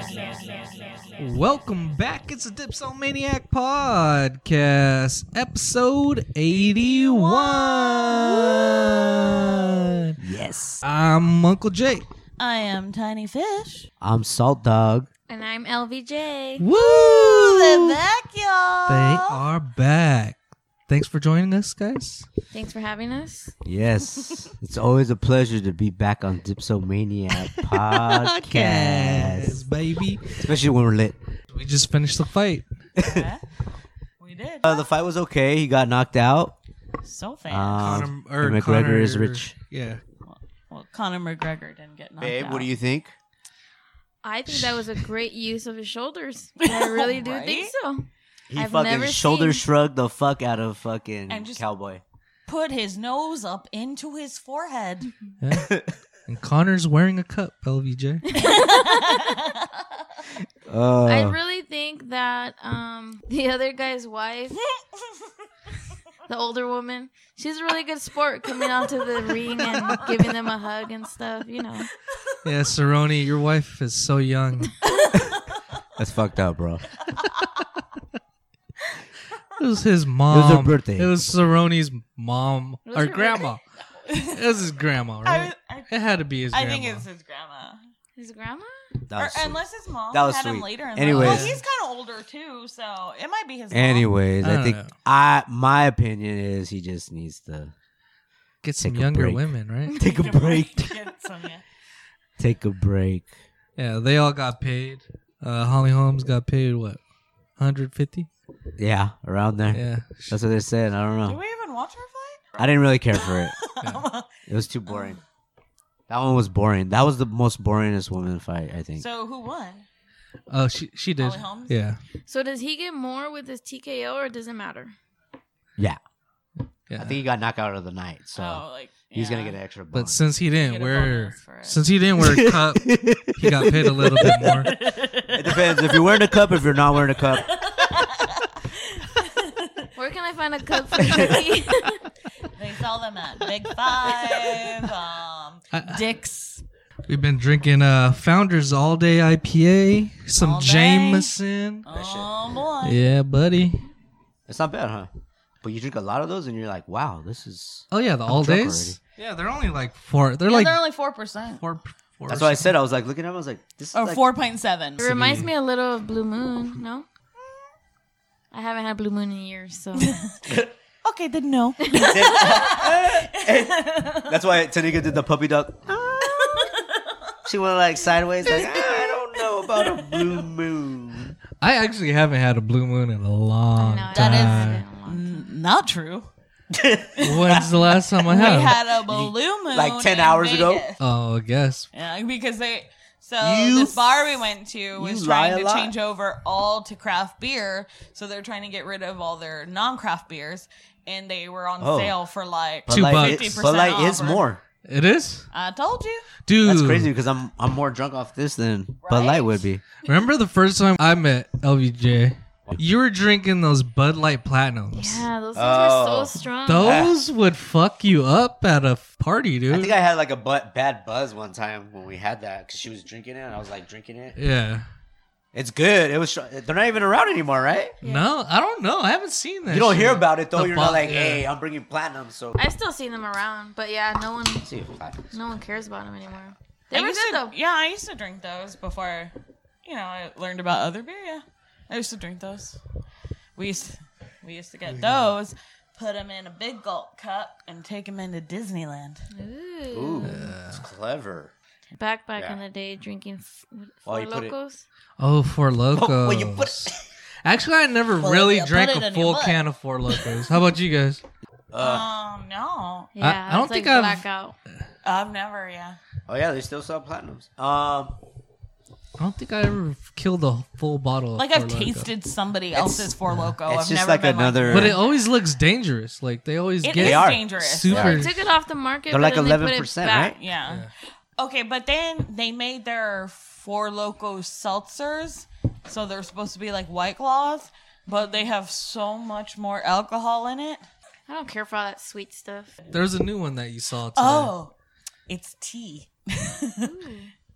Dipsomaniac. Welcome back. It's the Dipsomaniac Podcast, episode 81. Yes. I'm Uncle Jake. I am Tiny Fish. I'm Salt Dog. And I'm LVJ. Woo! They're back, y'all. They are back. Thanks for joining us, guys. Thanks for having us. Yes. it's always a pleasure to be back on Dipsomaniac Podcast. baby. Especially when we're lit. We just finished the fight. We did Uh, the fight was okay. He got knocked out. so fast. Um, Conor- or McGregor Conor- is rich. Yeah. well, Conor McGregor didn't get knocked Babe, out. what do you think? I think that was a great use of his shoulders. I really do think Right? so. He I've fucking never shoulder seen- shrugged the fuck out of fucking And just- cowboy. Put his nose up into his forehead. yeah. And Connor's wearing a cup, LVJ. Uh, I really think that um, the other guy's wife, the older woman, she's a really good sport coming onto the ring and giving them a hug and stuff, you know. Yeah, Cerrone, your wife is so young. that's fucked up, bro. It was his mom. birthday. It was Cerrone's mom Was or it really? grandma. It was his grandma, right? I, I, it had to be his I grandma. think it's his grandma, His grandma? That was or sweet. unless his mom That was had him sweet. later. In life. Anyways. well, he's kind of older too, so it might be his. mom. Anyways, I I, don't think know. Uh, I my opinion is he just needs to Get some Take a younger break. women, right? take a break. Get some, yeah. take a break. Yeah, they all got paid. Uh, Holly Holmes got paid what, 150? Yeah, around there. Yeah, That's what they said. I don't Did know. we even watch her I didn't really care for it. fight? It was too boring. That one was boring. That was the most boringest woman fight, I think. so who won? Oh, she she did. Holly Holmes? Yeah, So does he get more with his TKO or does it matter? yeah. yeah. I think he got knocked out of the night, so oh, like he's gonna yeah. get an extra but bonus. since he didn't get a wear, bonus for it. since he didn't wear a cup, he got paid a little bit more. it depends if you're wearing a cup, if you're not wearing a cup. Where can I find a cup for Turkey? They sell them at Big Five, um, I- Dick's. We've been drinking uh Founders All Day IPA, some All day. Jameson. Oh boy! Yeah, buddy. It's not bad, huh? But you drink a lot of those, and you're like, wow, this is. Oh yeah, the all drunk days. Yeah, they're only like four. They're Yeah, like they're only four percent four. four That's what I said. I was like looking at him. I was like, this is or like- Oh, four point seven. It reminds me a little of Blue Moon, no? I haven't had Blue Moon in years, so Okay, didn't know. That's why Tanika did the puppy dog. she went like sideways, like "Ah, I don't know about a blue moon. I actually haven't had a blue moon in a long No, That is- time. it's been a long- Not true. When's the last time I We had? had a balloon moon like 10 in hours ago? Vegas. oh, I guess. Yeah, because they. So You- this bar we went to was you lie trying a to lot. change over all to craft beer, so they're trying to get rid of all their non-craft beers, and they were on Oh. sale for like. Two like, bucks. it- Bud Light is 50% off. more. It is, I told you. dude. That's crazy because I'm I'm more drunk off this than Bud Right? Light would be. Remember the first time I met LVJ? You were drinking those Bud Light Platinums. Yeah, those things Oh. are so strong. Those would fuck you up at a party, I dude. think I had like a bu- bad buzz one time when we had that because she was drinking it and I was like drinking it. yeah. It's good. It was. str- They're not even around anymore, right? No, I don't know. I haven't seen that. You don't shit. hear about it though. The You're bu- not like, yeah. hey, I'm bringing platinum. So I've still seen them around, but yeah, no one, see if platinum. no one cares about them anymore. I They were used good to- though. Yeah, I used to drink those before, you know, I learned about other beer. Yeah, I used to drink those. We used we used to Mm-hmm. get those, put them in a big gulp cup, and take them into Disneyland. Ooh, it's clever. Back back Yeah. in the day, drinking f- Oh, four you put it- locos. Oh, Four Locos. Oh, well, you put. Actually, I never Well, really yeah, put drank it a in your full butt. can of Four Locos. How about you guys? Uh, oh no, Yeah, I don't it's think like I've- blackout. I've never. Yeah, oh yeah, they still sell platinums. Um, I don't think I ever killed a full bottle. Of like Four I've Loko. tasted somebody else's Four Loco. it's I've just never like been another. but it always looks dangerous. Like they always Like, it get is They are dangerous. super. They took it off the market. They're like but then they put it 11%, back. right? Yeah. Okay, but then they made their four loco seltzers, so they're supposed to be like white claws, but they have so much more alcohol in it. I don't care for all that sweet stuff. There was a new one that you saw today. Oh, it's tea. Oh,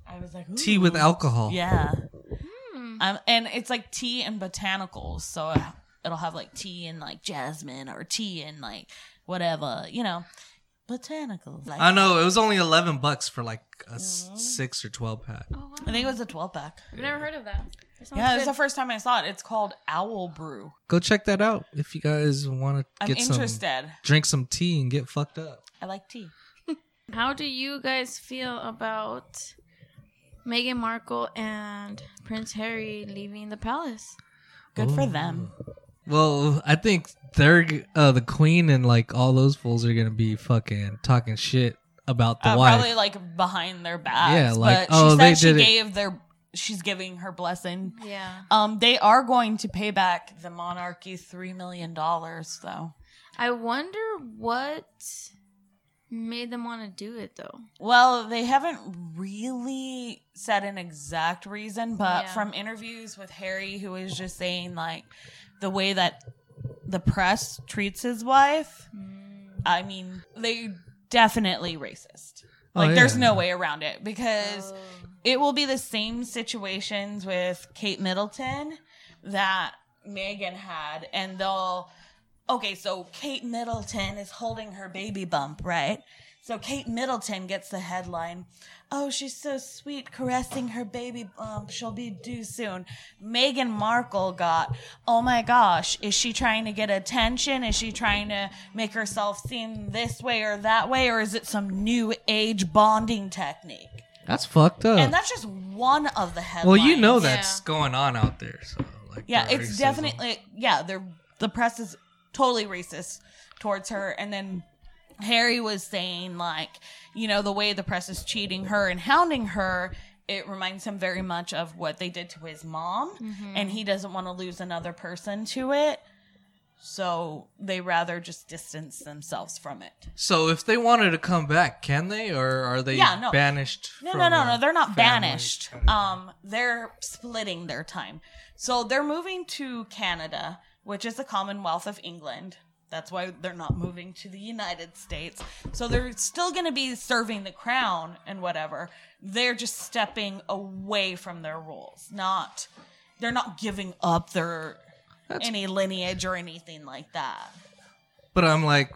I was like Tea with "Ooh." alcohol. Yeah, Hmm. um, and it's like tea and botanicals, so it- it'll have like tea and like jasmine or tea and like whatever, you know, botanicals. Like, I know it was only eleven bucks for like a s- Mhm. six or twelve pack. Oh, wow. I think it was a twelve pack. I've never heard of that. That sounds Yeah, it's Oh, good. the first time I saw it. It's called Owl Brew. Go check that out if you guys want to I'm get some, interested. drink some tea and get fucked up. I like tea. How do you guys feel about Meghan Markle and Prince Harry leaving the palace? Good for Ooh. them. Oh, Well, I think they're g- uh, the queen and like all those fools are gonna be fucking talking shit about the Uh, wife. probably like behind their backs. Yeah, like, but oh, she they said she did it. gave their she's giving her blessing. Yeah. Um, they are going to pay back the monarchy three million dollars though. I wonder what made them want to do it though. Well, they haven't really said an exact reason, but Yeah. from interviews with Harry, who was just saying like the way that the press treats his wife, Mm. I mean, they definitely racist. Oh, Like there's yeah. no way around it because Oh. it will be the same situations with Kate Middleton that Megan had, and they'll okay. So Kate Middleton is holding her baby bump, right? So Kate Middleton gets the headline, "Oh, she's so sweet, caressing her baby bump. She'll be due soon." Meghan Markle got, "Oh my gosh, is she trying to get attention? Is she trying to make herself seem this way or that way, or is it some new age bonding technique?" That's fucked up. And that's just one of the headlines. well, you know that. that's going on out there. So like, Yeah, the it's racism. definitely yeah, they're the press is totally racist towards her and then Harry was saying like, you know, the way the press is cheating her and hounding her, it reminds him very much of what they did to his mom and he doesn't want to lose another person to it. So they rather just distance themselves from it. So if they wanted to come back, can they, or are they Yeah, no. banished? No, from no, no, the no. They're not family? banished. Um, they're splitting their time. So they're moving to Canada, which is the Commonwealth of England. That's why they're not moving to the United States. So they're still going to be serving the crown and whatever. They're just stepping away from their rules. Not, they're not giving up their any lineage or anything like that. But I'm like,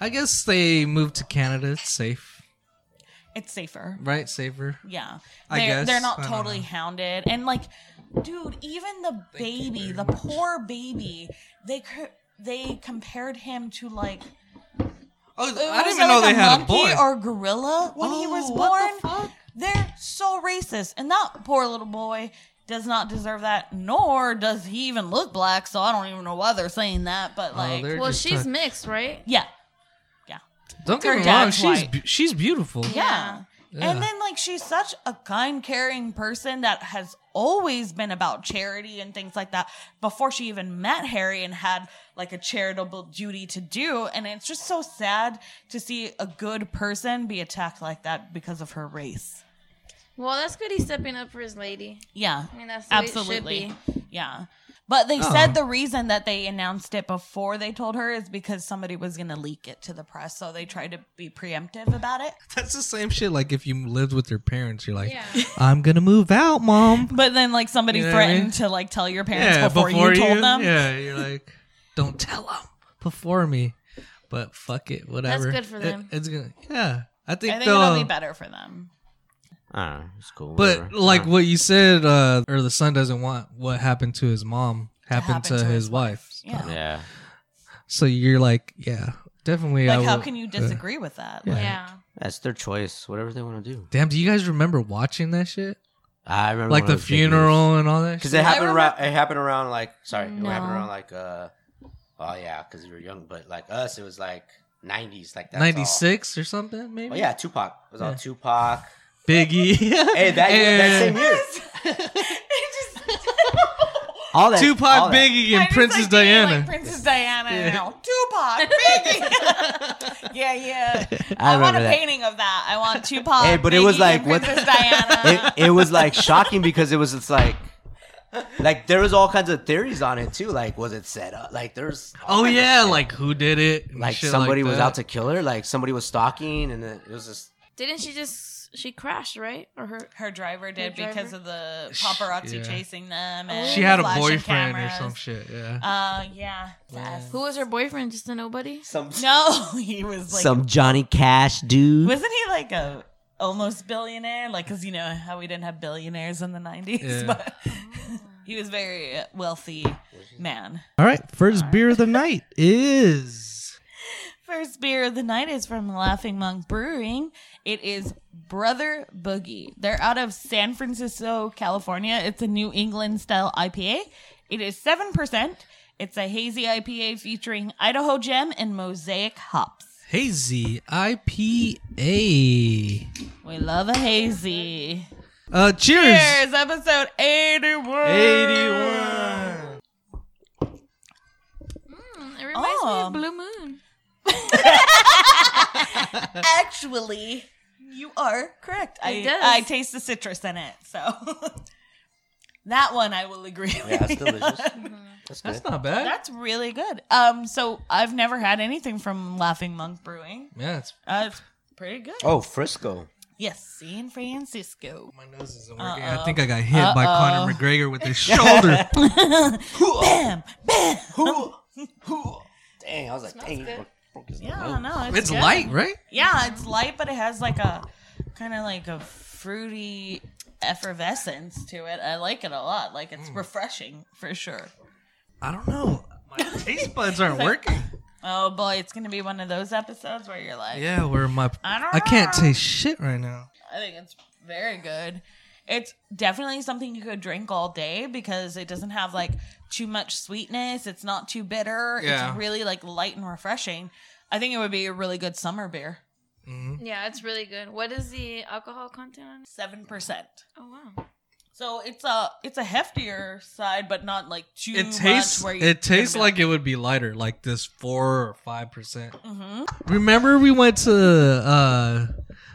I guess they moved to Canada. It's safe, It's safer. right? Safer. Yeah. I They're, guess. they're I not don't totally know. hounded. And like, dude, even the baby, the poor baby, they co- they compared him to like Oh, I it was didn't even know like they had a monkey boy. or gorilla when he Oh, was what the born. They're so racist, and that poor little boy does not deserve that. Nor does he even look black. So I don't even know why they're saying that. But Oh, like, they're Well, just she's talk- mixed, right? yeah, don't her get me wrong. dad's She's white. be- she's beautiful. Yeah. Yeah. And then like she's such a kind, caring person that has always been about charity and things like that before she even met Harry and had like a charitable duty to do. And it's just so sad to see a good person be attacked like that because of her race. Well, that's good. He's stepping up for his lady. Yeah. I mean, that's the way It Absolutely. should be. Yeah. But they Oh. said the reason that they announced it before they told her is because somebody was going to leak it to the press. So they tried to be preemptive about it. That's the same shit. Like if you lived with your parents, you're like, Yeah. I'm gonna move out, mom. But then, like, somebody You know what I threatened mean? to, like, tell your parents before, you told them. Yeah, you're like, don't tell them before me. But fuck it, whatever. good for It- them. it's gonna. Yeah, I think, I think they'll- um, it'll be better for them. Ah, it's cool. But whatever. like Ah. what you said, uh, or the son doesn't want what happened to his mom happened to, happen his wife. Yeah. yeah, So you're like, yeah, definitely. Like, I how will- can you uh, disagree with that? Yeah. Like, Yeah. that's their choice. Whatever they want to do. damn, do you guys remember watching that shit? I remember Like when I the was big news. funeral and all that. Because shit? it I happened remember- around. It happened around like sorry, No. it happened around like uh, oh yeah, because we were young. But like us, it was like '90s, like that's all. Ninety six or something, maybe. Oh yeah, Tupac. It was all Yeah. Tupac. Biggie. Hey, that year, that same year. all that all Tupac, that. Biggie, and I just Princess like being like Diana. Princess Diana Yeah. now. Tupac, Biggie. yeah, yeah. I, want remember a that. painting of that. I want Tupac. Hey, but it was Biggie, like, and what- Princess Diana. It, it was like shocking because it was just like. Like there was all kinds of theories on it too. Like, was it set up? Like, there's all Oh kinds of yeah, shit. like who did it? and like shit somebody was that. out to kill her. Like somebody was stalking, and it it was just Didn't she just she crashed right or her? Her driver Oh. did driver? because of the Sh- paparazzi yeah. chasing them. And She had a flashing boyfriend or cameras. some shit. Yeah. Uh, yeah. Yeah. Yes. Who was her boyfriend? Just a nobody. Some No, he was like. some Johnny Cash dude. wasn't he like a almost billionaire? Like, cause you know how we didn't have billionaires in the nineties, Yeah. but he was very wealthy man. All right, first beer of the night is First beer of the night is from Laughing Monk Brewing. It is Brother Boogie. They're out of San Francisco, California. It's a New England style IPA. It is 7%. It's a hazy IPA featuring Idaho Gem and Mosaic hops. Hazy IPA. We love a hazy. Uh, cheers. Here's episode 81. 81. Mm, it reminds Oh. me of Blue Moon. Actually, you are correct. I, It does. I taste the citrus in it, so. That one I will agree with. that's you delicious. on. That's not bad. That's really good. Um, so I've never had anything from Laughing Monk Brewing. yeah, it's, Uh, it's pretty good. Oh, Frisco. Yes, San Francisco. my nose isn't working. Uh-oh. I think I got hit by Uh-oh. Conor McGregor with his shoulder. bam, bam. Dang, I was like, Smells dang, good. broke- broke his Yeah, nose. no, it's, it's good. light, right? Yeah, it's light, but it has like a kind of like a fruity effervescence to it. I like it a lot. Like it's refreshing for sure. I don't know. My taste buds aren't working. Oh boy, it's gonna be one of those episodes where you're like, Yeah, where my I don't. I can't know. taste shit right now. I think it's very good. It's definitely something you could drink all day because it doesn't have like too much sweetness. It's not too bitter. Yeah. It's really like light and refreshing. I think it would be a really good summer beer. Mm-hmm. Yeah, it's really good. What is the alcohol content on it? Seven percent. Oh wow. So it's a it's a heftier side, but not like too. It tastes. Much where you- It tastes like it would be lighter, like this four or five percent. Mhm. Remember we went to uh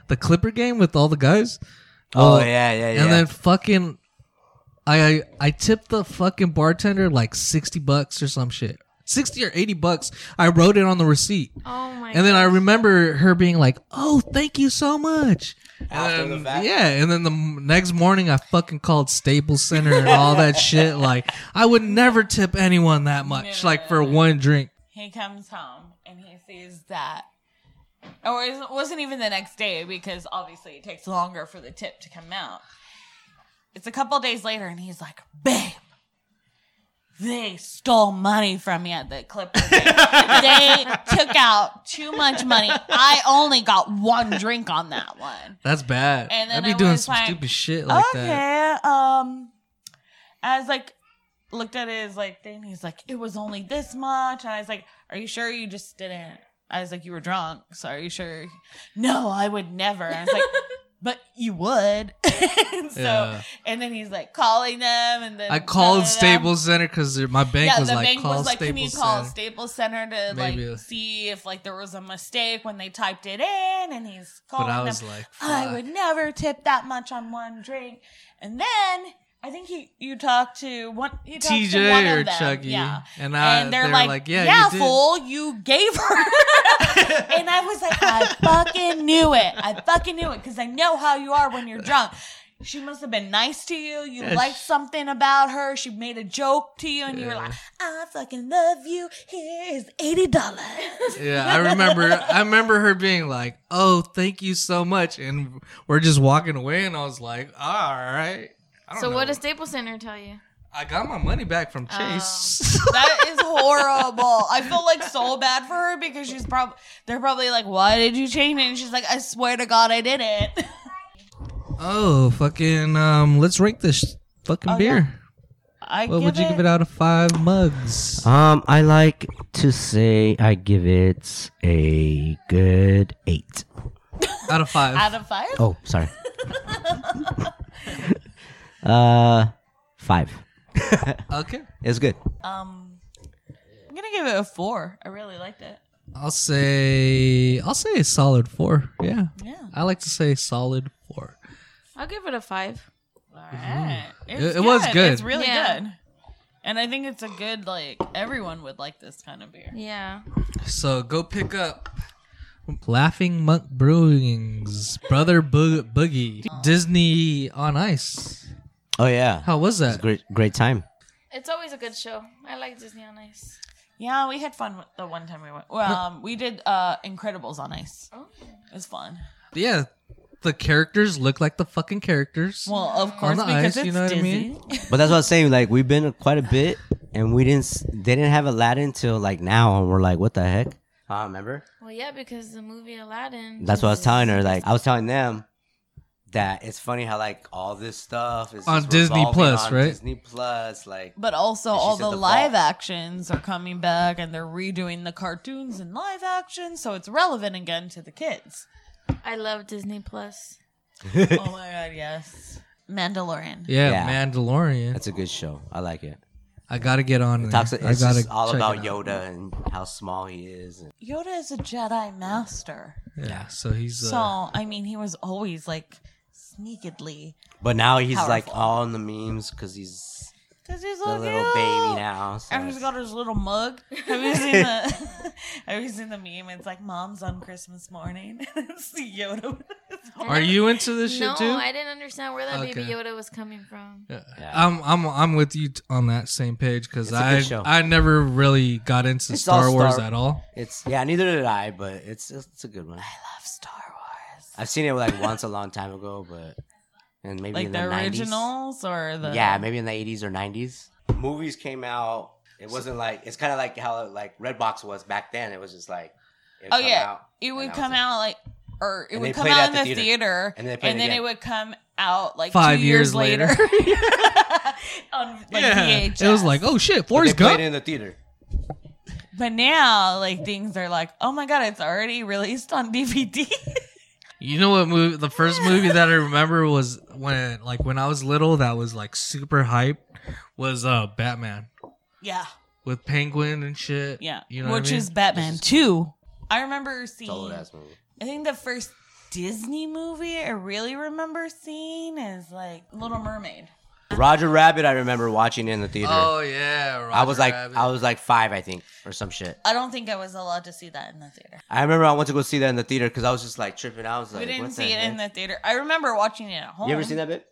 the Clipper game with all the guys? Oh Uh, yeah, yeah, yeah. And then fucking I I tipped the fucking bartender like 60 bucks or some shit. 60 or 80 bucks. I wrote it on the receipt. Oh my. And then I gosh. remember her being like, "Oh, thank you so much." After And the then- fact? yeah. And then the m- next morning, I fucking called Staples Center and all that shit. Like, I would never tip anyone that much, like for one drink. he comes home and he sees that. Or it wasn't even the next day because obviously it takes longer for the tip to come out. It's a couple days later and he's like, babe, they stole money from me at the Clipper game. they took out too much money. I only got one drink on that one. That's bad. And then I'd be I doing was some like, stupid shit like okay, that. um, I was like, looked at his like thing. He's like, it was only this much, and I was like, are you sure you just didn't? I was like, you were drunk, so are you sure? No, I would never. I was like, but you would. and so, Yeah. and then he's like calling them, and then I called da-da-da. Staples Center because my bank Yeah, was the like, bank "Call was like, Staples can you call Center." Staples Center to Maybe. like see if like there was a mistake when they typed it in? And he's calling But I them. was like, I "Fuck." would never tip that much on one drink. And then I think he you talked to one you talked to one TJ of or them. Chucky, Yeah. and I And they're, they were like, like, yeah, "Yeah, you did." fool, you gave her. and I was like, I fucking knew it. I fucking knew it because I know how you are when you're drunk. She must have been nice to you. You Yeah, liked she- something about her. She made a joke to you, and you were Yeah. like, I fucking love you. Here is $80. Yeah, I remember. I remember her being like, "Oh, thank you so much," and we're just walking away, and I was like, "All right." I don't So know. what does Staples Center tell you? I got my money back from Oh. Chase. That is horrible. I feel like so bad for her because she's probably they're probably like, "Why did you change it?" And she's like, "I swear to God, I did it." oh, fucking! Um, let's rank this fucking Oh, beer. I What would you give it out of five mugs? Um, I like to say I give it a good eight. out of five. Uh-huh. out of five? Oh, sorry. uh, five. okay, It's good. Um, I'm gonna give it a four. I really liked it. I'll say I'll say a solid four. Yeah, Yeah. I like to say solid four. I'll give it a five. All right. Mm-hmm. It- it was good. It's really Yeah. good. And I think it's a good like everyone would like this kind of beer. Yeah. So go pick up Laughing Monk Brewing's Brother Bo- Boogie Disney on Ice. Oh yeah, How was it's that? a great great time. It's always a good show. I like Disney on Ice. Yeah, we had fun with the one time we went. Well, um, we did uh Incredibles on ice. Oh. It was fun. Yeah, the characters look like the fucking characters. Well, of course, the because ice, it's you know what I Disney. mean? But that's what I was saying. Like we've been quite a bit, and we didn't. s- They didn't have Aladdin till like now, and we're like, what the heck? I remember. Well, yeah, because the movie Aladdin. That's what I was is- telling her. Like I was telling them that it's funny how like all this stuff is On just Disney revolving Plus, on right? Disney Plus, like But also, And she all said the, the live vault. actions are coming back, and they're redoing the cartoons and live action, so it's relevant again to the kids. I love Disney Plus. oh my god, yes, Mandalorian. Yeah, Yeah. Mandalorian. that's a good show. I like it. I gotta get on. There. Talks. I It's gotta just all check about it out. Yoda and how small he is. and- Yoda is a Jedi master, Yeah, so he's uh, so I mean, he was always like sneakedly But now he's like Powerful. all in the memes because he's because he's the so little cute. baby now. So And he's got his little mug. Have you seen the? Have you seen the meme? It's like mom's on Christmas morning. it's the Yoda. with his mom. Are you into this shit No, too? I didn't understand where that baby Okay. Yoda was coming from. Yeah. Yeah. I'm I'm I'm with you t- on that same page because It's a good I show. I never really got into It's Star all Wars Star- at all. It's yeah, neither did I, but it's it's a good one. I love Star Wars. I've seen it like once a long time ago, but and maybe Like in the, the, 90s. originals or the Yeah, maybe in the eighties or nineties. Movies came out. It wasn't like it's kind of like how like Redbox was back then. It was just like it'd Oh come yeah, out, it and would that come was out like, or it And they would come played out in it the at the theater, and then they played and it then again. it would come out like Five two years years later, on like VHS. it was like oh shit, But they Forrest played it Gump. in the theater. but now like things are like, oh my god, it's already released on DVD. You know what movie? The first movie that I remember was when like when I was little that was like super hyped was uh Batman yeah, with Penguin and shit. yeah, you know what I which mean? is Batman Two. I remember It's seeing. an old ass movie. I think the first Disney movie I really remember seeing is like Little Mermaid. Roger Rabbit. I remember watching in the theater. Oh yeah, I was Roger like Rabbit. I was like five, I think, or some shit. I don't think I was allowed to see that in the theater. I remember I went to go see that in the theater because I was just like tripping. I was like, we didn't what see the it heck? in the theater. I remember watching it at home. You ever seen that bit?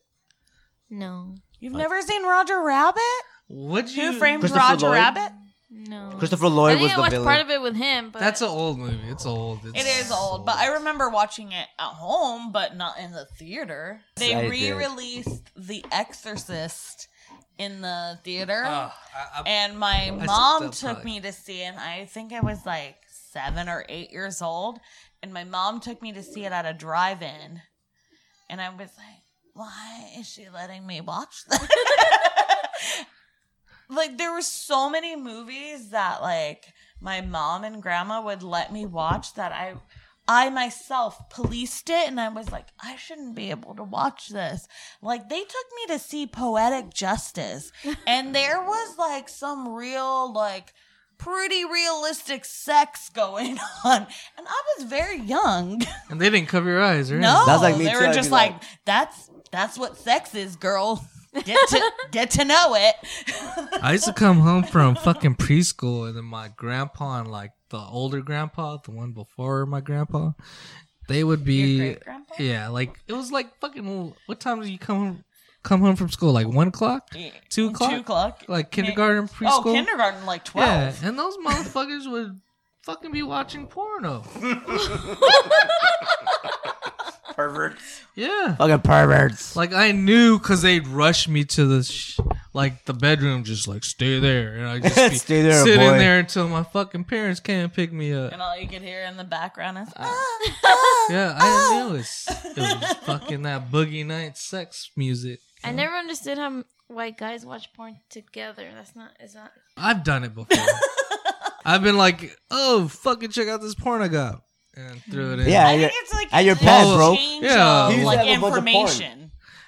No, You've never seen Roger Rabbit? Would you? Who framed Christopher Roger Lloyd? Rabbit? no. Christopher I Lloyd think was I the watched villain. part of it with him, but That's an old movie. It's old. It's, It is old, but I remember watching it at home, but not in the theater. I They did. re-released The Exorcist in the theater, Uh, I, I, and my That's mom still took probably- me to see it. and I think I was like seven or eight years old, and my mom took me to see it at a drive-in, and I was like, "Why is she letting me watch that?" like there were so many movies that like my mom and grandma would let me watch that I I myself policed it and I was like I shouldn't be able to watch this. Like they took me to see Poetic Justice and there was like some real like pretty realistic sex going on and I was very young. and they didn't cover your eyes, right? No, Mm, That's like me they too. were I'd just be like, like- that's that's what sex is, girl. Get to get to know it. I used to come home from fucking preschool, and then my grandpa and like the older grandpa, the one before my grandpa, they would be great-grandpa? yeah, like it was like fucking. What time do you come come home from school? Like one o'clock, two o'clock, Two o'clock. like kindergarten, preschool. Oh, kindergarten, like yeah, 12. and those motherfuckers would fucking be watching porno. perverts. Yeah, Fucking perverts. like I knew because they'd rush me to the sh- like the bedroom, just like stay there, and I just be Stay there, sitting boy. there until my fucking parents came and picked me up. And all you could hear in the background is, Uh, "Ah, Yeah, I knew it was, it was fucking that boogie night sex music. I never understood how m- why guys watch porn together. That's not. It's not. I've done it before. I've been like, oh, fucking check out this porn I got. And threw it in. Yeah, I and think your- it's like at your a pad, bro. change Yeah. He of used to like have a bunch of porn. information.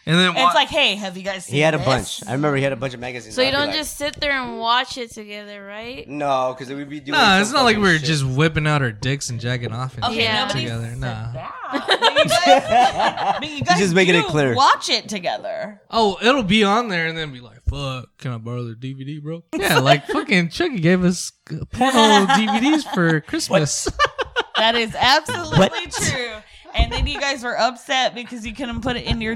And then wa- It's like, hey, have you guys seen he had a this? bunch. I remember he had a bunch of magazines. So you I'd be don't like, just sit there and watch it together, right? no, because we'd be doing. nah, some it's not like we fucking were shit. just whipping out our dicks and jacking off and Okay, shit Yeah. nobody together. said Nah. that. But you guys- but you guys just making it do clear. Watch it together. Oh, it'll be on there and then be like, fuck, can I borrow the DVD, bro? Yeah, like fucking Chucky gave us porno DVDs for Christmas. That is absolutely true. And then you guys were upset because you couldn't put it in your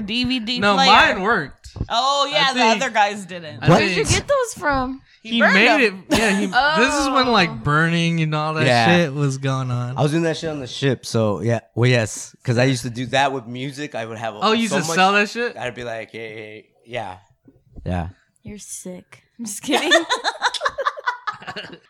DVD No, player. mine worked. Oh yeah, I the think- other guys didn't. I Where did you think get those from? he burned Oh. made them. it. Yeah, he, this is when like burning and all that Yeah. shit was going on. I was doing that shit on the ship, so yeah, well, yes, because I used to do that with music. I would have. Oh, you so used to much- sell that shit? I'd be like, hey, hey, yeah, yeah. You're sick. I'm just kidding. I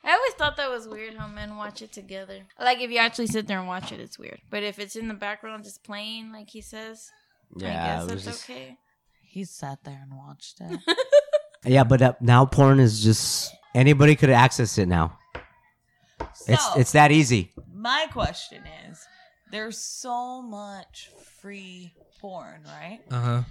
always thought that was weird how men watch it together. Like if you actually sit there and watch it, it's weird. But if it's in the background just playing, like he says, Yeah, I it guess was it's just- okay. He sat there and watched it. yeah. But uh, now porn is just anybody could access it now. So It's it's that easy. my question is, there's so much free porn, right? Uh huh.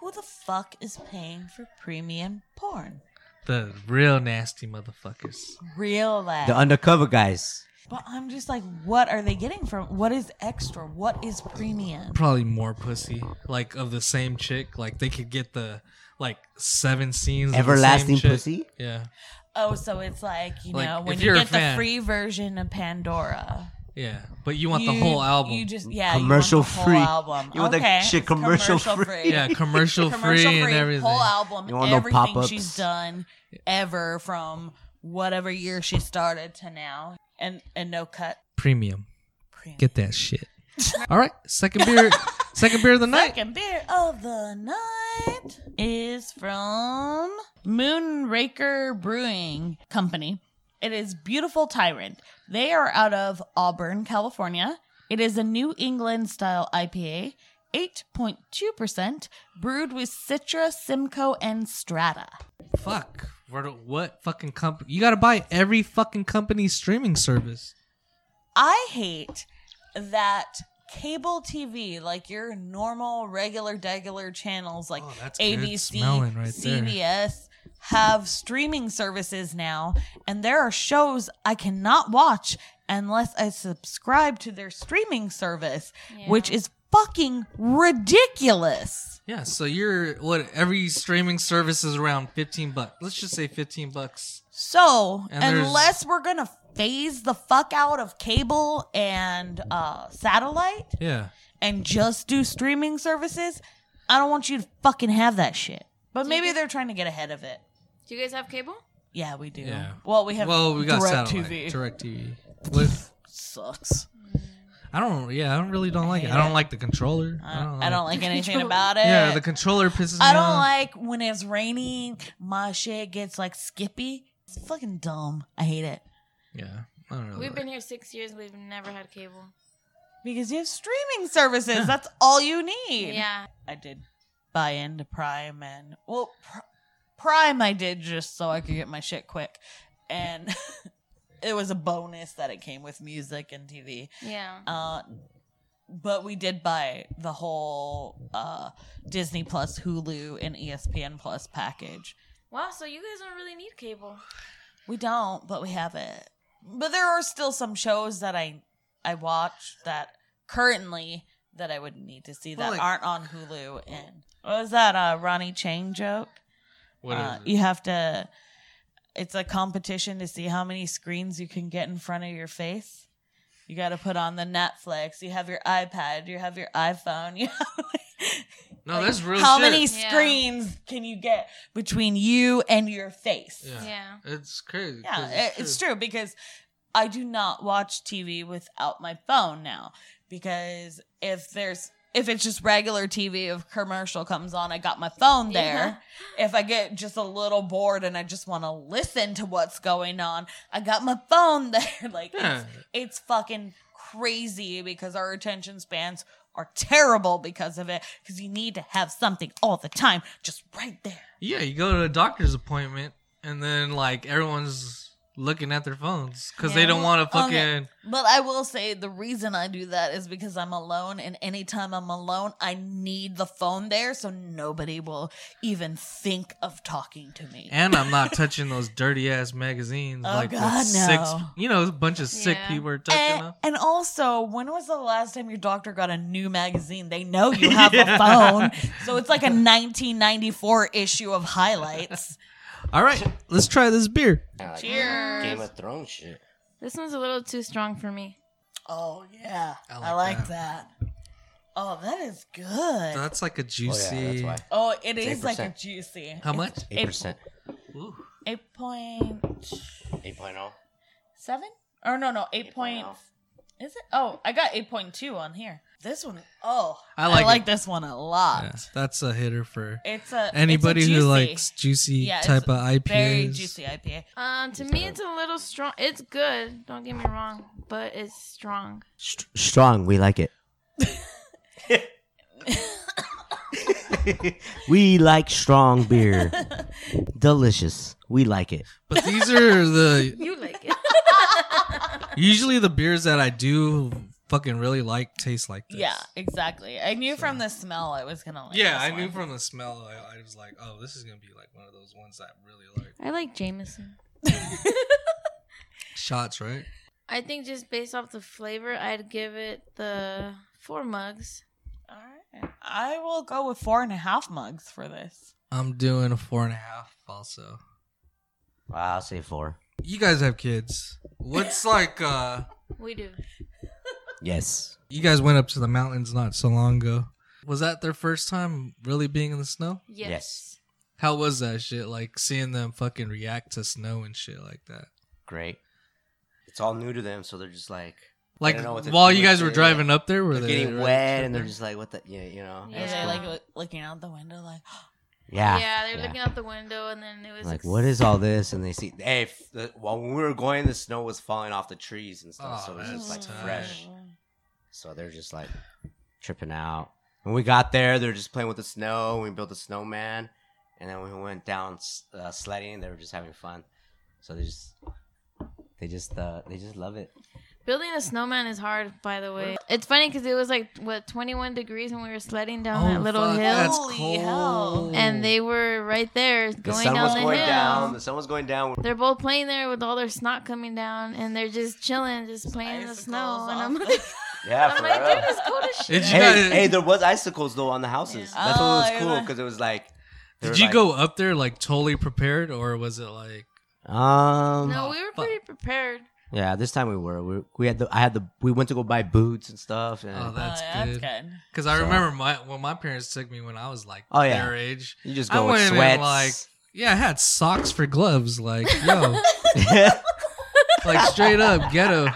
Who the fuck is paying for premium porn? The real nasty motherfuckers. Real life. The undercover guys. but I'm just like, what are they getting from? What is extra? What is premium? Probably more pussy, like of the same chick. Like they could get the like seven scenes. of the same Everlasting chick. pussy? Yeah, Oh, so it's like you Like, know if when you you're a get the fan- free version of Pandora. yeah. But you want the you- whole album. You just yeah, Commercial you want the whole free. album. You want that Okay, shit it's commercial free. yeah, commercial, free, commercial and everything. Whole album, You want no everything pop-ups. she's done ever from whatever year she started to now, and and no cut. Premium. Premium. Get that shit. All right, second beer. second beer of the night. Second beer of the night is from Moonraker Brewing Company. It is Beautiful Tyrant. They are out of Auburn, California. It is a New England style IPA, 8.2%, brewed with Citra, Simcoe, and Strata. Fuck. Where do, what fucking company? You gotta buy every fucking company's streaming service. I hate that cable TV, like your normal, regular, degular channels like Oh, that's good ABC, smelling right there. CBS, have streaming services now. And there are shows I cannot watch unless I subscribe to their streaming service, which is fucking ridiculous. Yeah, so you're what every streaming service is around fifteen bucks. Let's just say fifteen bucks. So, And there's- unless we're going to phase the fuck out of cable and uh, satellite, Yeah. and just do streaming services, I don't want you to fucking have that shit. But maybe they're trying to get ahead of it. Do you guys have cable? Yeah, we do. Yeah. Well, we have Well, we got direct satellite, TV. direct TV. With Sucks. I don't, yeah, I don't really don't like it. I don't like the controller. I don't, Uh, I don't like anything about it. Yeah, the controller pisses me I don't off. like when it's raining. My shit gets like skippy. It's fucking dumb. I hate it Yeah, I don't really. We've like been here six years. We've never had cable. because you have streaming services. That's all you need. Yeah. I did buy into Prime and well, pr- Prime I did just so I could get my shit quick, and it was a bonus that it came with music and TV. Yeah. Uh, but we did buy the whole uh, Disney Plus, Hulu, and E ESPN Plus package. Wow, so you guys don't really need cable. We don't, but we have it. But there are still some shows that I I watch that currently that I would need to see that Well, like- aren't on Hulu. And what was that uh, Ronnie Chang joke? What uh, is it? you have to. It's a competition to see how many screens you can get in front of your face. You got to put on the Netflix. You have your iPad. You have your iPhone. You have No, that's real. how shit. many Yeah. screens can you get between you and your face? Yeah. Yeah. It's crazy. 'cause Yeah, it- it's, true. because I do not watch TV without my phone now because if there's if it's just regular TV, if commercial comes on, I got my phone there. If I get just a little bored and I just want to listen to what's going on, I got my phone there. like Yeah. it's, it's fucking crazy because our attention spans are terrible because of it. Because you need to have something all the time, just right there. Yeah, you go to a doctor's appointment and then like everyone's looking at their phones because they Yeah. don't want to fucking. Okay. But I will say the reason I do that is because I'm alone, and anytime I'm alone, I need the phone there so nobody will even think of talking to me. And I'm not touching those dirty ass magazines Oh, like with God, six. no. Eh. You know, a bunch of sick Yeah. people are touching And, them. and also, when was the last time your doctor got a new magazine? They know you have Yeah. a phone. So it's like a 1994 issue of highlights. All right, let's try this beer. Cheers. of Thrones shit. This one's a little too strong for me. Oh yeah, I I like like, that. Oh, that is good. That's like a Oh, juicy. yeah, that's why. oh, it It's is like a 8%. juicy. How much? 8%. Eight point 8.0. seven? Or no, no, eight point. 8.0. Is it? Oh, I got eight point two on here. This one, oh, I I like like, it. this one a lot. Yeah, that's a hitter for It's a it's a anybody who juicy, likes juicy Yeah, it's type of IPAs. very juicy IPA. Um, to me, it's a little strong. It's good. Don't get me wrong, but it's strong. strong. We like it. we like strong beer. Delicious. We like it. But these are the You like it? usually the beers that I do fucking really like taste like this. Yeah, exactly. I knew from the smell I was gonna like. Yeah, this I knew one. from the smell. I, I was like, "Oh, this is gonna be like one of those ones that I really like." I like Jameson. Shots, right? I think just based off the flavor, I'd give it the four mugs. All right. I will go with four and a half mugs for this. I'm doing a four and a half. Also, I'll say four. you guys have kids. What's like? uh We do. Yes. You guys went up to the mountains not so long ago. Was that their first time really being in the snow? Yes. Yes. How was that shit? Like seeing them fucking react to snow and shit like that. Great. It's all new to them, so they're just like Like don't know what to while do you with guys were it. driving up there, were they're they getting like, wet, and they're just like, "What the? Yeah, you know." Yeah. Yeah. And they're Yeah. like loo- looking out the window, like, Yeah, Yeah. they're looking out the window, and then it was Like, ex- what is all this? And they see, hey, f- the, while we were going, the snow was falling off the trees and stuff, Oh, so it was just like that's tight. fresh. oh, So they're just like tripping out. When we got there, they were just playing with the snow. We built a snowman, and then when we went down s- uh, sledding, they were just having fun. So they just, they just, uh, they just love it. Building a snowman is hard, by the way. It's funny because it was like what 21 degrees when we were sledding down Oh, that little fuck, hill, That's Holy cold. hell. and they were right there The going sun down was the going hill. down. The sun was going down. They're both playing there with all their snot coming down, and they're just chilling, just playing in the Icicles snow. off And Oh, I'm the- like, Yeah, I'm for like, dude, real. it's cold as Did shit. you Hey, guys- hey, there was icicles though on the houses. Yeah. That's what Oh, was cool yeah. because it was like. they Did were you like, go up there like totally prepared, or was it like Um. No, we were fuck. pretty prepared. Yeah, this time we were. We, we had the. I had the. We went to go buy boots and stuff. And Oh, that's oh, yeah, good. that's good. Because I So- remember my when my parents took me when I was like Oh, yeah. their age. you just I go went with in, sweats. like- Yeah, I had socks for gloves. Like yo, like straight up ghetto.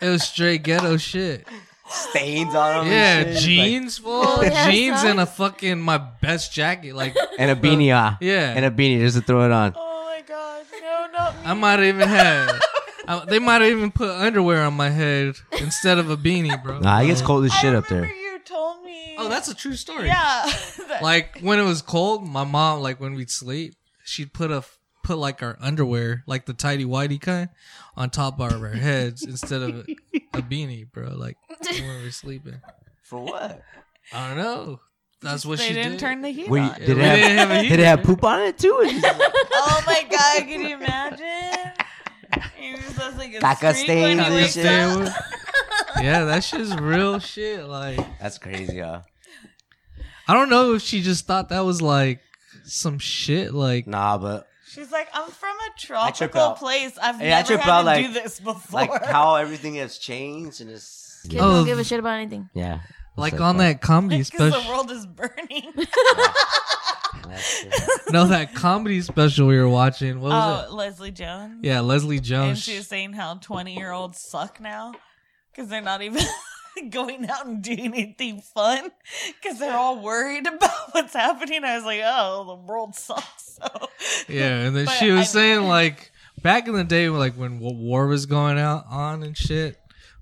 It was straight ghetto shit. stains on them. yeah, and shit, jeans, full Oh, yeah, jeans, and a socks. fucking my best jacket. Like like- and a beanie. Uh, yeah, and a beanie just to throw it on. Oh my god, no, not me. I might even have. I, they might have even put underwear on my head instead of a beanie, bro. Nah, it gets cold as I shit up remember there. You told me. Oh, that's a true story. yeah. Like when it was cold, my mom, like when we'd sleep, she'd put a put like our underwear, like the tidy whitey kind, on top of our heads instead of a beanie, bro. Like when we were sleeping. For what? I don't know. That's what they she didn't did. turn the heat Were you- on. Did it we have- didn't have a heat. Did it have poop on it too? It's just- oh my god, can you imagine? He was just like a Caca streak when stains he and wakes shit. up. yeah, that shit's real shit. Like That's crazy, huh? I don't know if she just thought that was like some shit. Like Nah, but She's like, I'm from a trip tropical out. place. I've Hey, I never trip had out, to like- do this before. like how everything has changed and it's Kids Oh. don't give a shit about anything. yeah. like on that comedy because the special. world is burning. no, that comedy special we were watching. What was Oh, Leslie Jones. it? Yeah, Leslie and Jones. she was saying how 20 year olds suck now because they're not even going out and doing anything fun because they're all worried about what's happening. I was like, oh, the world sucks. So. yeah, and then But she was I- saying like back in the day, like when wa- war was going out on and shit.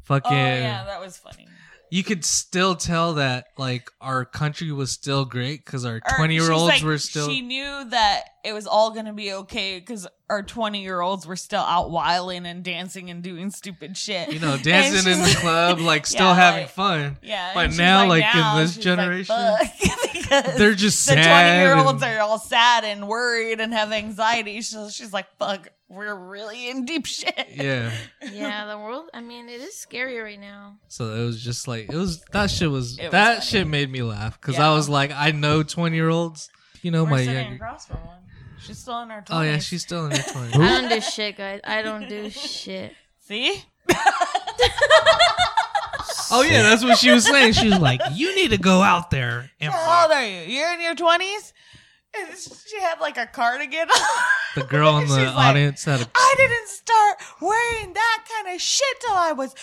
Fucking, Oh, yeah, that was funny. you could still tell that like our country was still great because our Or twenty year Er, she's olds like, were still. She knew that it was all going to be okay because our 20 year olds were still out wilding and dancing and doing stupid shit. you know, And dancing in she's the like- club, like still Yeah, having like- fun. Yeah. But and she's now, like, in this she's generation, fuck, because They're just uh, the sad. 20 year olds and- are all sad and worried and have anxiety. So she's like, fuck, we're really in deep shit. Yeah. Yeah, the world. I mean, it is scary right now. So it was just like it was that shit was It was that funny. shit made me laugh because Yeah. I was like I know twenty year olds, you know my younger. across from one. She's still in her 20s. Oh yeah, she's still in her twenties. I don't do shit, guys. I don't do shit. See? Oh yeah, that's what she was saying. She was like, You need to go out there and How old are you? You're in your twenties. She had like a cardigan. on. the girl in the She's like, audience had a I didn't start wearing that kind of shit till I was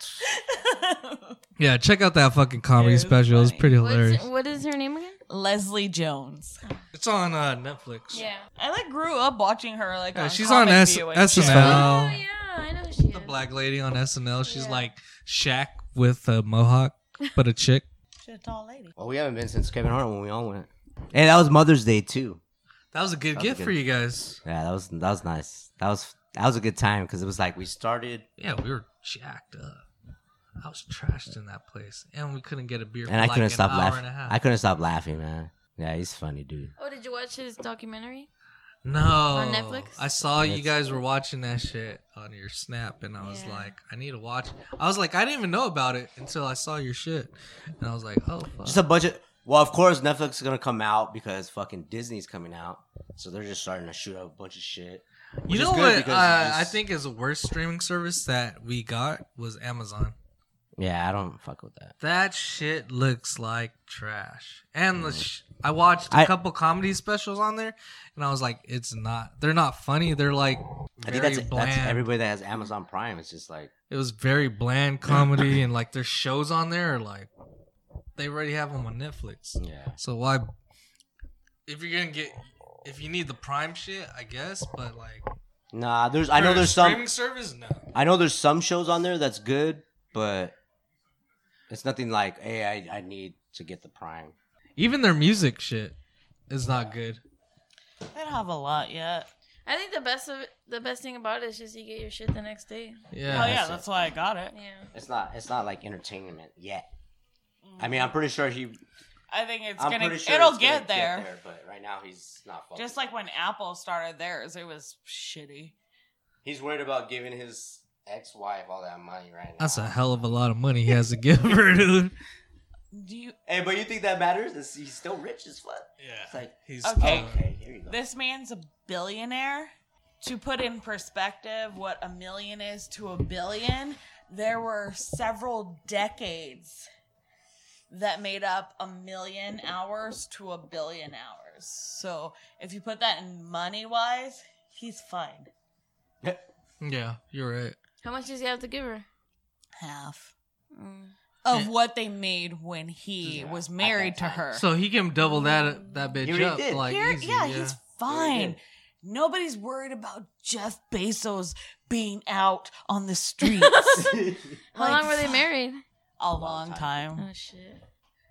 37 years old. yeah. Check out that fucking comedy It was special. It was funny. pretty hilarious. What's, what is her name again? Leslie Jones. It's on uh, Netflix. I like grew up watching her like Yeah, on she's on Comic S- View and shit. SNL. Oh yeah, I know who she is. The black lady on SNL. She's Yeah. like Shaq with a mohawk, but a chick. She's a tall lady. Well, we haven't been since Kevin Hart when we all went. Hey, that was Mother's Day too. That was a good That was gift good. for you guys. Yeah, that was that was nice. That was that was a good time because it was like we started, Yeah, we were jacked up. I was trashed in that place, and we couldn't get a beer. and for I like couldn't an stop hour laughing. and a half. I couldn't stop laughing, man. Yeah, he's funny, dude. Oh, did you watch his documentary? No. On Netflix? I saw you It's- guys were watching that shit on your snap and I was Yeah. like, I need to watch. I was like, I didn't even know about it until I saw your shit. And I was like, oh fuck. Just a bunch of well, of course Netflix is gonna come out because fucking Disney's coming out, so they're just starting to shoot up a bunch of shit. you is know good what because uh, you just- I think is the worst streaming service that we got was Amazon. Yeah, I don't fuck with that. That shit looks like trash. And the Mm. sh- I watched a I- couple comedy specials on there and I was like, it's not they're not funny. They're like I very think that's, bland. that's everybody that has Amazon Prime. It's just like it was very bland comedy and like their shows on there are like they already have them on Netflix. yeah, So why if you're gonna get if you need the prime shit, I guess, but like nah. There's I know for there's streaming some service, no. I know there's some shows on there that's good, but it's nothing like hey, I, I need to get the Prime. Even their music shit is not good. They don't have a lot yet. I think the best of it, the best thing about it is just you get your shit the next day. Yeah. oh yeah, that's that's, it. why I got it. Yeah. It's not it's not like entertainment yet. I mean, I'm pretty sure he. I think it's I'm gonna pretty sure it'll it's gonna get, there. but right now he's not. Focused. Just like when Apple started theirs, it was shitty. he's worried about giving his ex-wife all that money right now. That's a hell of a lot of money he has to give her, dude. Do you Hey, but you think that matters? It's- he's still rich as fuck. It's Yeah. like He's Okay. okay, here you go. This man's a billionaire. To put in perspective what a million is to a billion, there were several decades that made up a million hours to a billion hours. So if you put that in money wise, he's fine. Yeah, you're right. How much does he have to give her? Half Mm. of Yeah. what they made when he Yeah, was at married that to time. her. So he can double that that bitch He already up did. like Here- easy, yeah, he's fine. did. Nobody's worried about Jeff Bezos being out on the streets. How Like, long were they fuck. married? a long long time. time. Oh shit.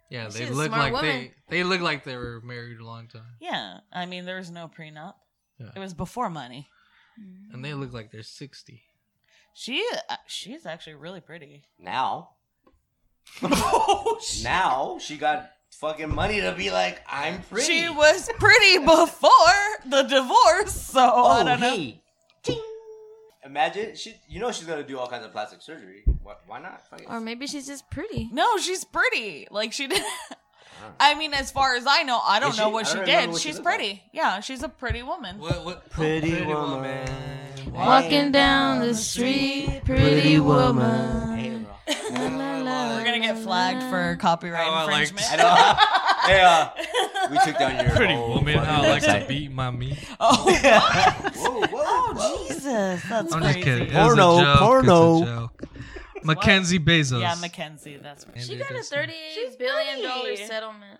Yeah, She's they a look smart like they woman. they look like they were married a long time. Yeah, I mean there was no prenup. Yeah. It was before money. Mm. And they look like they're sixty. She uh, she's actually really pretty. now, oh, she, now she got fucking money to be like, I'm pretty. she was pretty before the divorce, so I don't know. Oh, hey. Ting. Imagine she, you know, she's gonna do all kinds of plastic surgery. Why, why not? Fuck it. Or maybe she's just pretty. No, she's pretty. Like she did. I don't know. I mean, as far as I know, I don't Ah. Is know she? what I she don't did. remember what she she's looked pretty. Yeah, she's a pretty woman. What what Pretty woman. Walking down the street, pretty woman. Hey, bro. We're gonna get flagged for Mm. copyright How I like- infringement. Oh, I know. hey, uh, we took down your Pretty whole woman, fucking I like to website. beat my meat. oh, Whoa, whoa, oh, whoa. Jesus, that's I'm crazy. just kidding. It was a Porno, joke. It's a porno. joke. Mackenzie Bezos. Yeah, Mackenzie, that's right. She Andy got a Bezos. She's thirty-eight billion dollar pretty. settlement.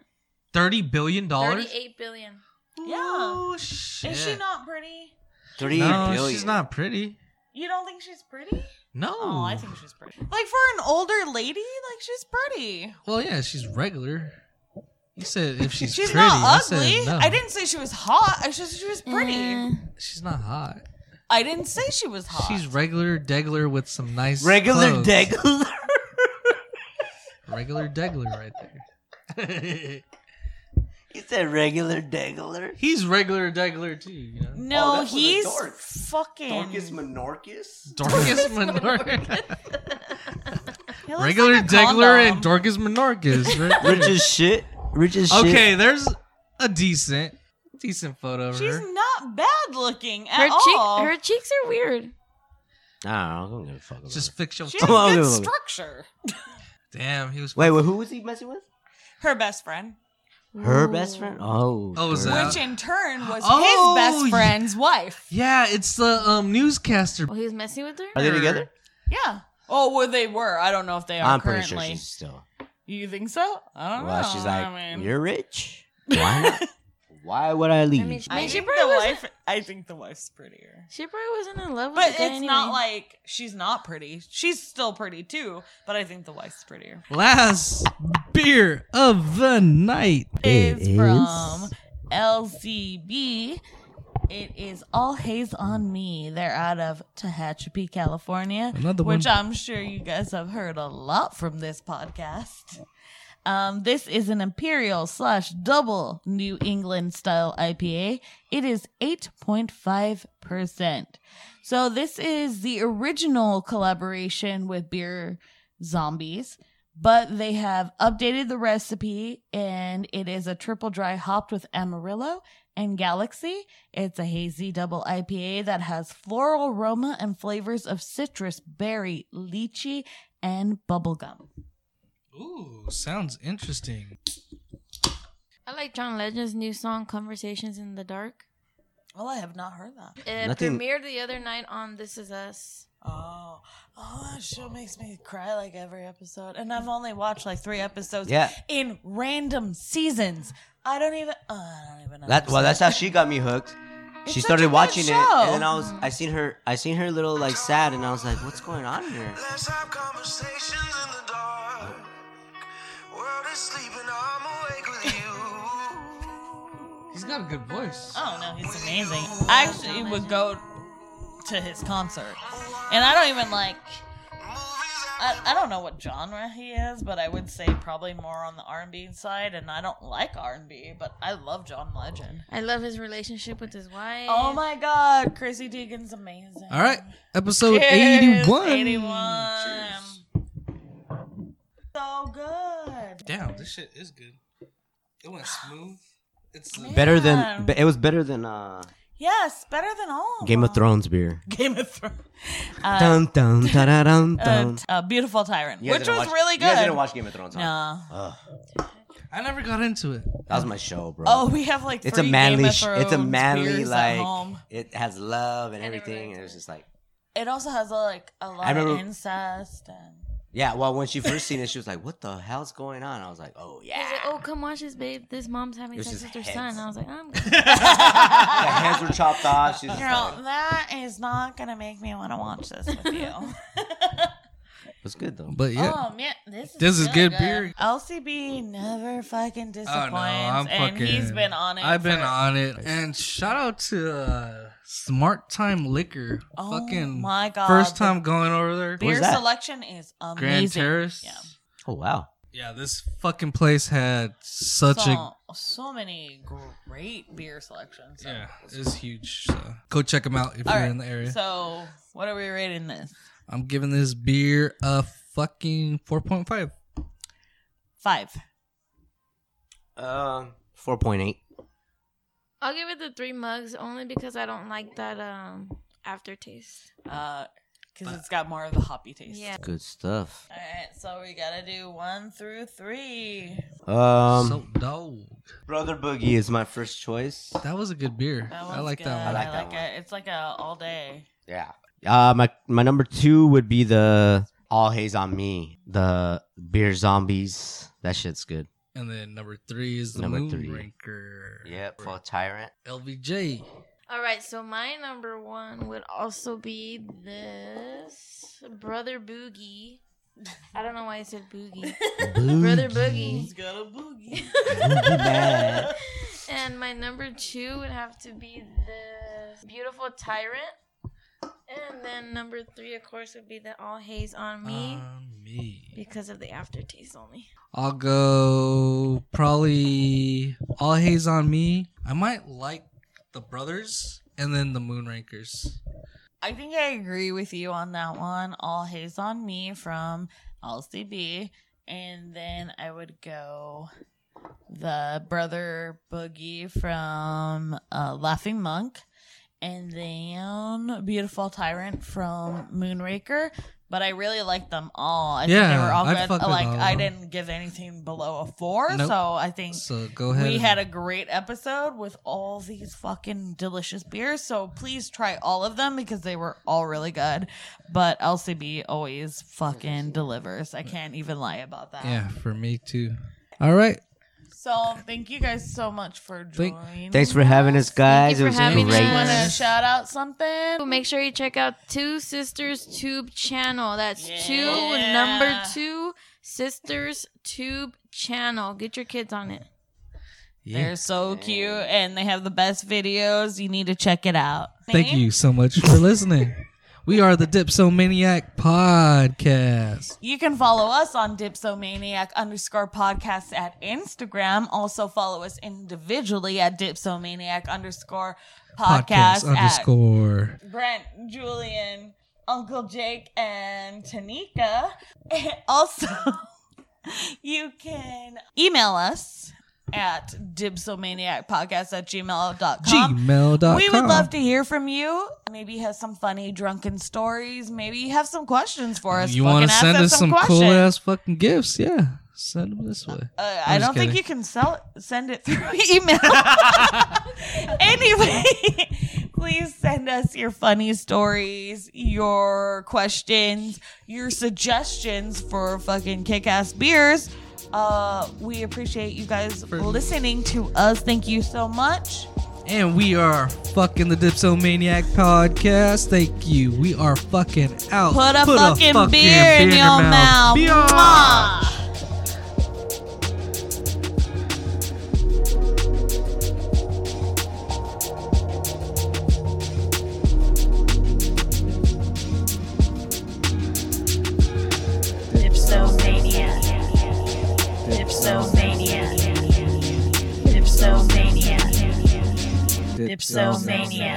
Thirty billion dollars. Thirty-eight billion. Yeah. Oh shit. Is she not pretty? Three No, billion. she's not pretty. You don't think she's pretty? No. Oh, I think she's pretty. Like for an older lady, like she's pretty. Well, yeah, she's regular. You said if she's, She's, pretty. not said ugly. I, no. didn't say she was hot. I just she was pretty. Eh. She's not hot. I didn't say she was hot. She's regular degler with some nice regular clothes. degular. Regular degler right there. He said regular degular. He's regular degler too. You know? Oh, no, that's what a he's dork. fucking. Dorcas Menorcas. Dorcas Menorcas. He looks regular like a degler and condom. Dorcas Menorcas. Right there. Rich as shit. Rich as shit. okay, there's a decent, decent photo of She's her. not bad looking at Her cheek, all. her cheeks are weird. Nah, I don't give a fuck about Just her. fiction. She has Come on, good dude. structure. Damn, he was. Wait, wait, who was he messing with? Her best friend, Her best friend? Oh. Oh, is dirt. that- which in turn was Oh, his ye- best friend's wife. Yeah, it's the um newscaster. Oh, he was messing with her? Are they together? Yeah. Oh, well, they were. I don't know if they are I'm pretty currently. sure she's still. You think so? I don't Well, know. she's like, I mean, you're rich. Why not? Why would I leave? mean, she- I Man, think probably the wasn't- wife. I think the wife's prettier. She probably wasn't in love with But the it's guy not anyway. like she's not pretty. She's still pretty too. But I think the wife's prettier. Last beer Of the night. It's is- from LCB. It is All Haze on Me. They're out of Tehachapi, California, Another which one. I'm sure you guys have heard a lot from this podcast. Um, this is an imperial slash double New England style IPA. It is 8.5%. So this is the original collaboration with Beer Zombies, but they have updated the recipe and it is a triple dry hopped with Amarillo and Galaxy. It's a hazy double IPA that has floral aroma and flavors of citrus, berry, lychee, and bubblegum. Ooh, sounds interesting. I like John Legend's new song, Conversations in the Dark. Well, Oh, I have not heard that. It Nothing- premiered the other night on This Is Us. Oh, oh, that show makes me cry like every episode. And I've only watched like three episodes Yeah. in random seasons. I don't even, oh, I don't even know. That well, that's how she got me hooked. She It's such a started good watching it, show. and then I was I seen her I seen her little like sad, and I was like, what's going on here? Let's have conversations in the dark. World is sleeping, I'm awake with you. He's got a good voice. Oh no, he's amazing. I actually would go to his concert, and I don't even like. I, I don't know what genre he is, but I would say probably more on the R and B side. And I don't like R and B, but I love John Legend. I love his relationship with his wife. Oh my God, Chrissy Teigen's amazing. All right, episode Cheers, 81. 81. So good. Damn, this shit is good. It went smooth. It's uh, Better Yeah. than be- it was better than uh, Yes, better than all. Game of them. Thrones beer. Game of Thrones. Uh, Dun dun da, da, dun uh, dun. t- uh, beautiful tyrant, You guys which was didn't watch- really good. You guys didn't watch Game of Thrones? huh? Nah. Ugh, I never got into it. that was my show, bro. Oh, we have like it's a three manly. Game of Sh- it's a Thrones manly beers at like. home. It has love and I never everything. liked And it was it. just like, It also has like a lot of remember- incest and yeah. Well, when she first seen it, she was like, "What the hell's going on?" I was like, "Oh He's yeah." like, oh, come watch this, babe. This mom's It having was sex with just her heads. son. I was like, I'm good. the hands were chopped off. She was just girl. like, That is not gonna make me want to watch this with you. it was good though. But yeah, Oh man, this is This is really good beer. LCB never fucking disappoints, Oh, I'm and he's fucking- been on it. I've been for- on it. And shout out to uh, Smart Time Liquor. Oh Fucking my God, first the time going over there. Beer Where's that? selection is amazing. Grand Terrace. Yeah. Oh wow. Yeah, this fucking place had such a so, so many great beer selections. So- yeah, it's huge. So go check them out if All you're right, in the area. So, what are we rating this? I'm giving this beer a fucking 4.5. Five. Um, four point eight. I'll give it the three mugs only because I don't like that um aftertaste. because Uh, it's got more of the hoppy taste. Yeah. Good stuff. All right, so we gotta do one through three. Um, so dog. Brother Boogie is my first choice. That was a good beer. That I one's like good. that one. like I that like one. it. It's like a all day. Yeah. Uh, my my number two would be the All Haze on Me, the Beer Zombies. That shit's good. And then number three is the Number Moon three. Drinker. for Tyrant. LVJ. All right, so my number one would also be this Brother Boogie. I don't know why I said Boogie. Brother Boogie. He's got a boogie. man. and my number two would have to be this Beautiful Tyrant. And then number three, of course, would be the All Haze on Me On Um, me. because of the aftertaste only. I'll go probably All Haze on Me. I might like the Brothers and then the Moon Rankers. I think I agree with you on that one. All haze on me from LCB, and then I would go the brother boogie from uh, Laughing Monk, and then Beautiful Tyrant from Moonraker. But I really liked them all. I think Yeah, they were all I'd good. fuck with like all of I them. didn't give anything below a four, Nope. so I think So go ahead. we and- had a great episode with all these fucking delicious beers. So please try all of them because they were all really good. But LCB always fucking delivers. I can't even lie about that. yeah for me too. All right, So thank you guys so much for Thank- joining. Thanks for having us, guys. for It was having great. us. Want to shout out something? Make sure you check out Two Sisters Tube channel. That's two Yeah. number two Sisters Tube channel. Get your kids on it. yeah. They're so cute and they have the best videos. You need to check it out. Thank you so much for listening. We are the Dipsomaniac Podcast. You can follow us on Dipsomaniac underscore podcast at Instagram. Also follow us individually at Dipsomaniac underscore podcast, Podcast at underscore. Brent, Julian, Uncle Jake, and Tanika. also, you can email us at dipsomaniacpodcast at gmail.com. Gmail.com. We would love to hear from you. Maybe you have some funny drunken stories. Maybe you have some questions for us. You want to send us some questions. cool ass fucking gifts? Yeah, send them this way. Uh, I'm I just don't think kidding. you can sell send it through email. anyway, please send us your funny stories, your questions, your suggestions for fucking kick-ass beers. Uh, we appreciate you guys listening to us. Thank you so much. And we are fucking the Dipsomaniac podcast. Thank you. We are fucking out. Put a, fucking, beer in your mouth. Mwah. Dipsomania. Dipsomania. Dipsomania. Dipsomania.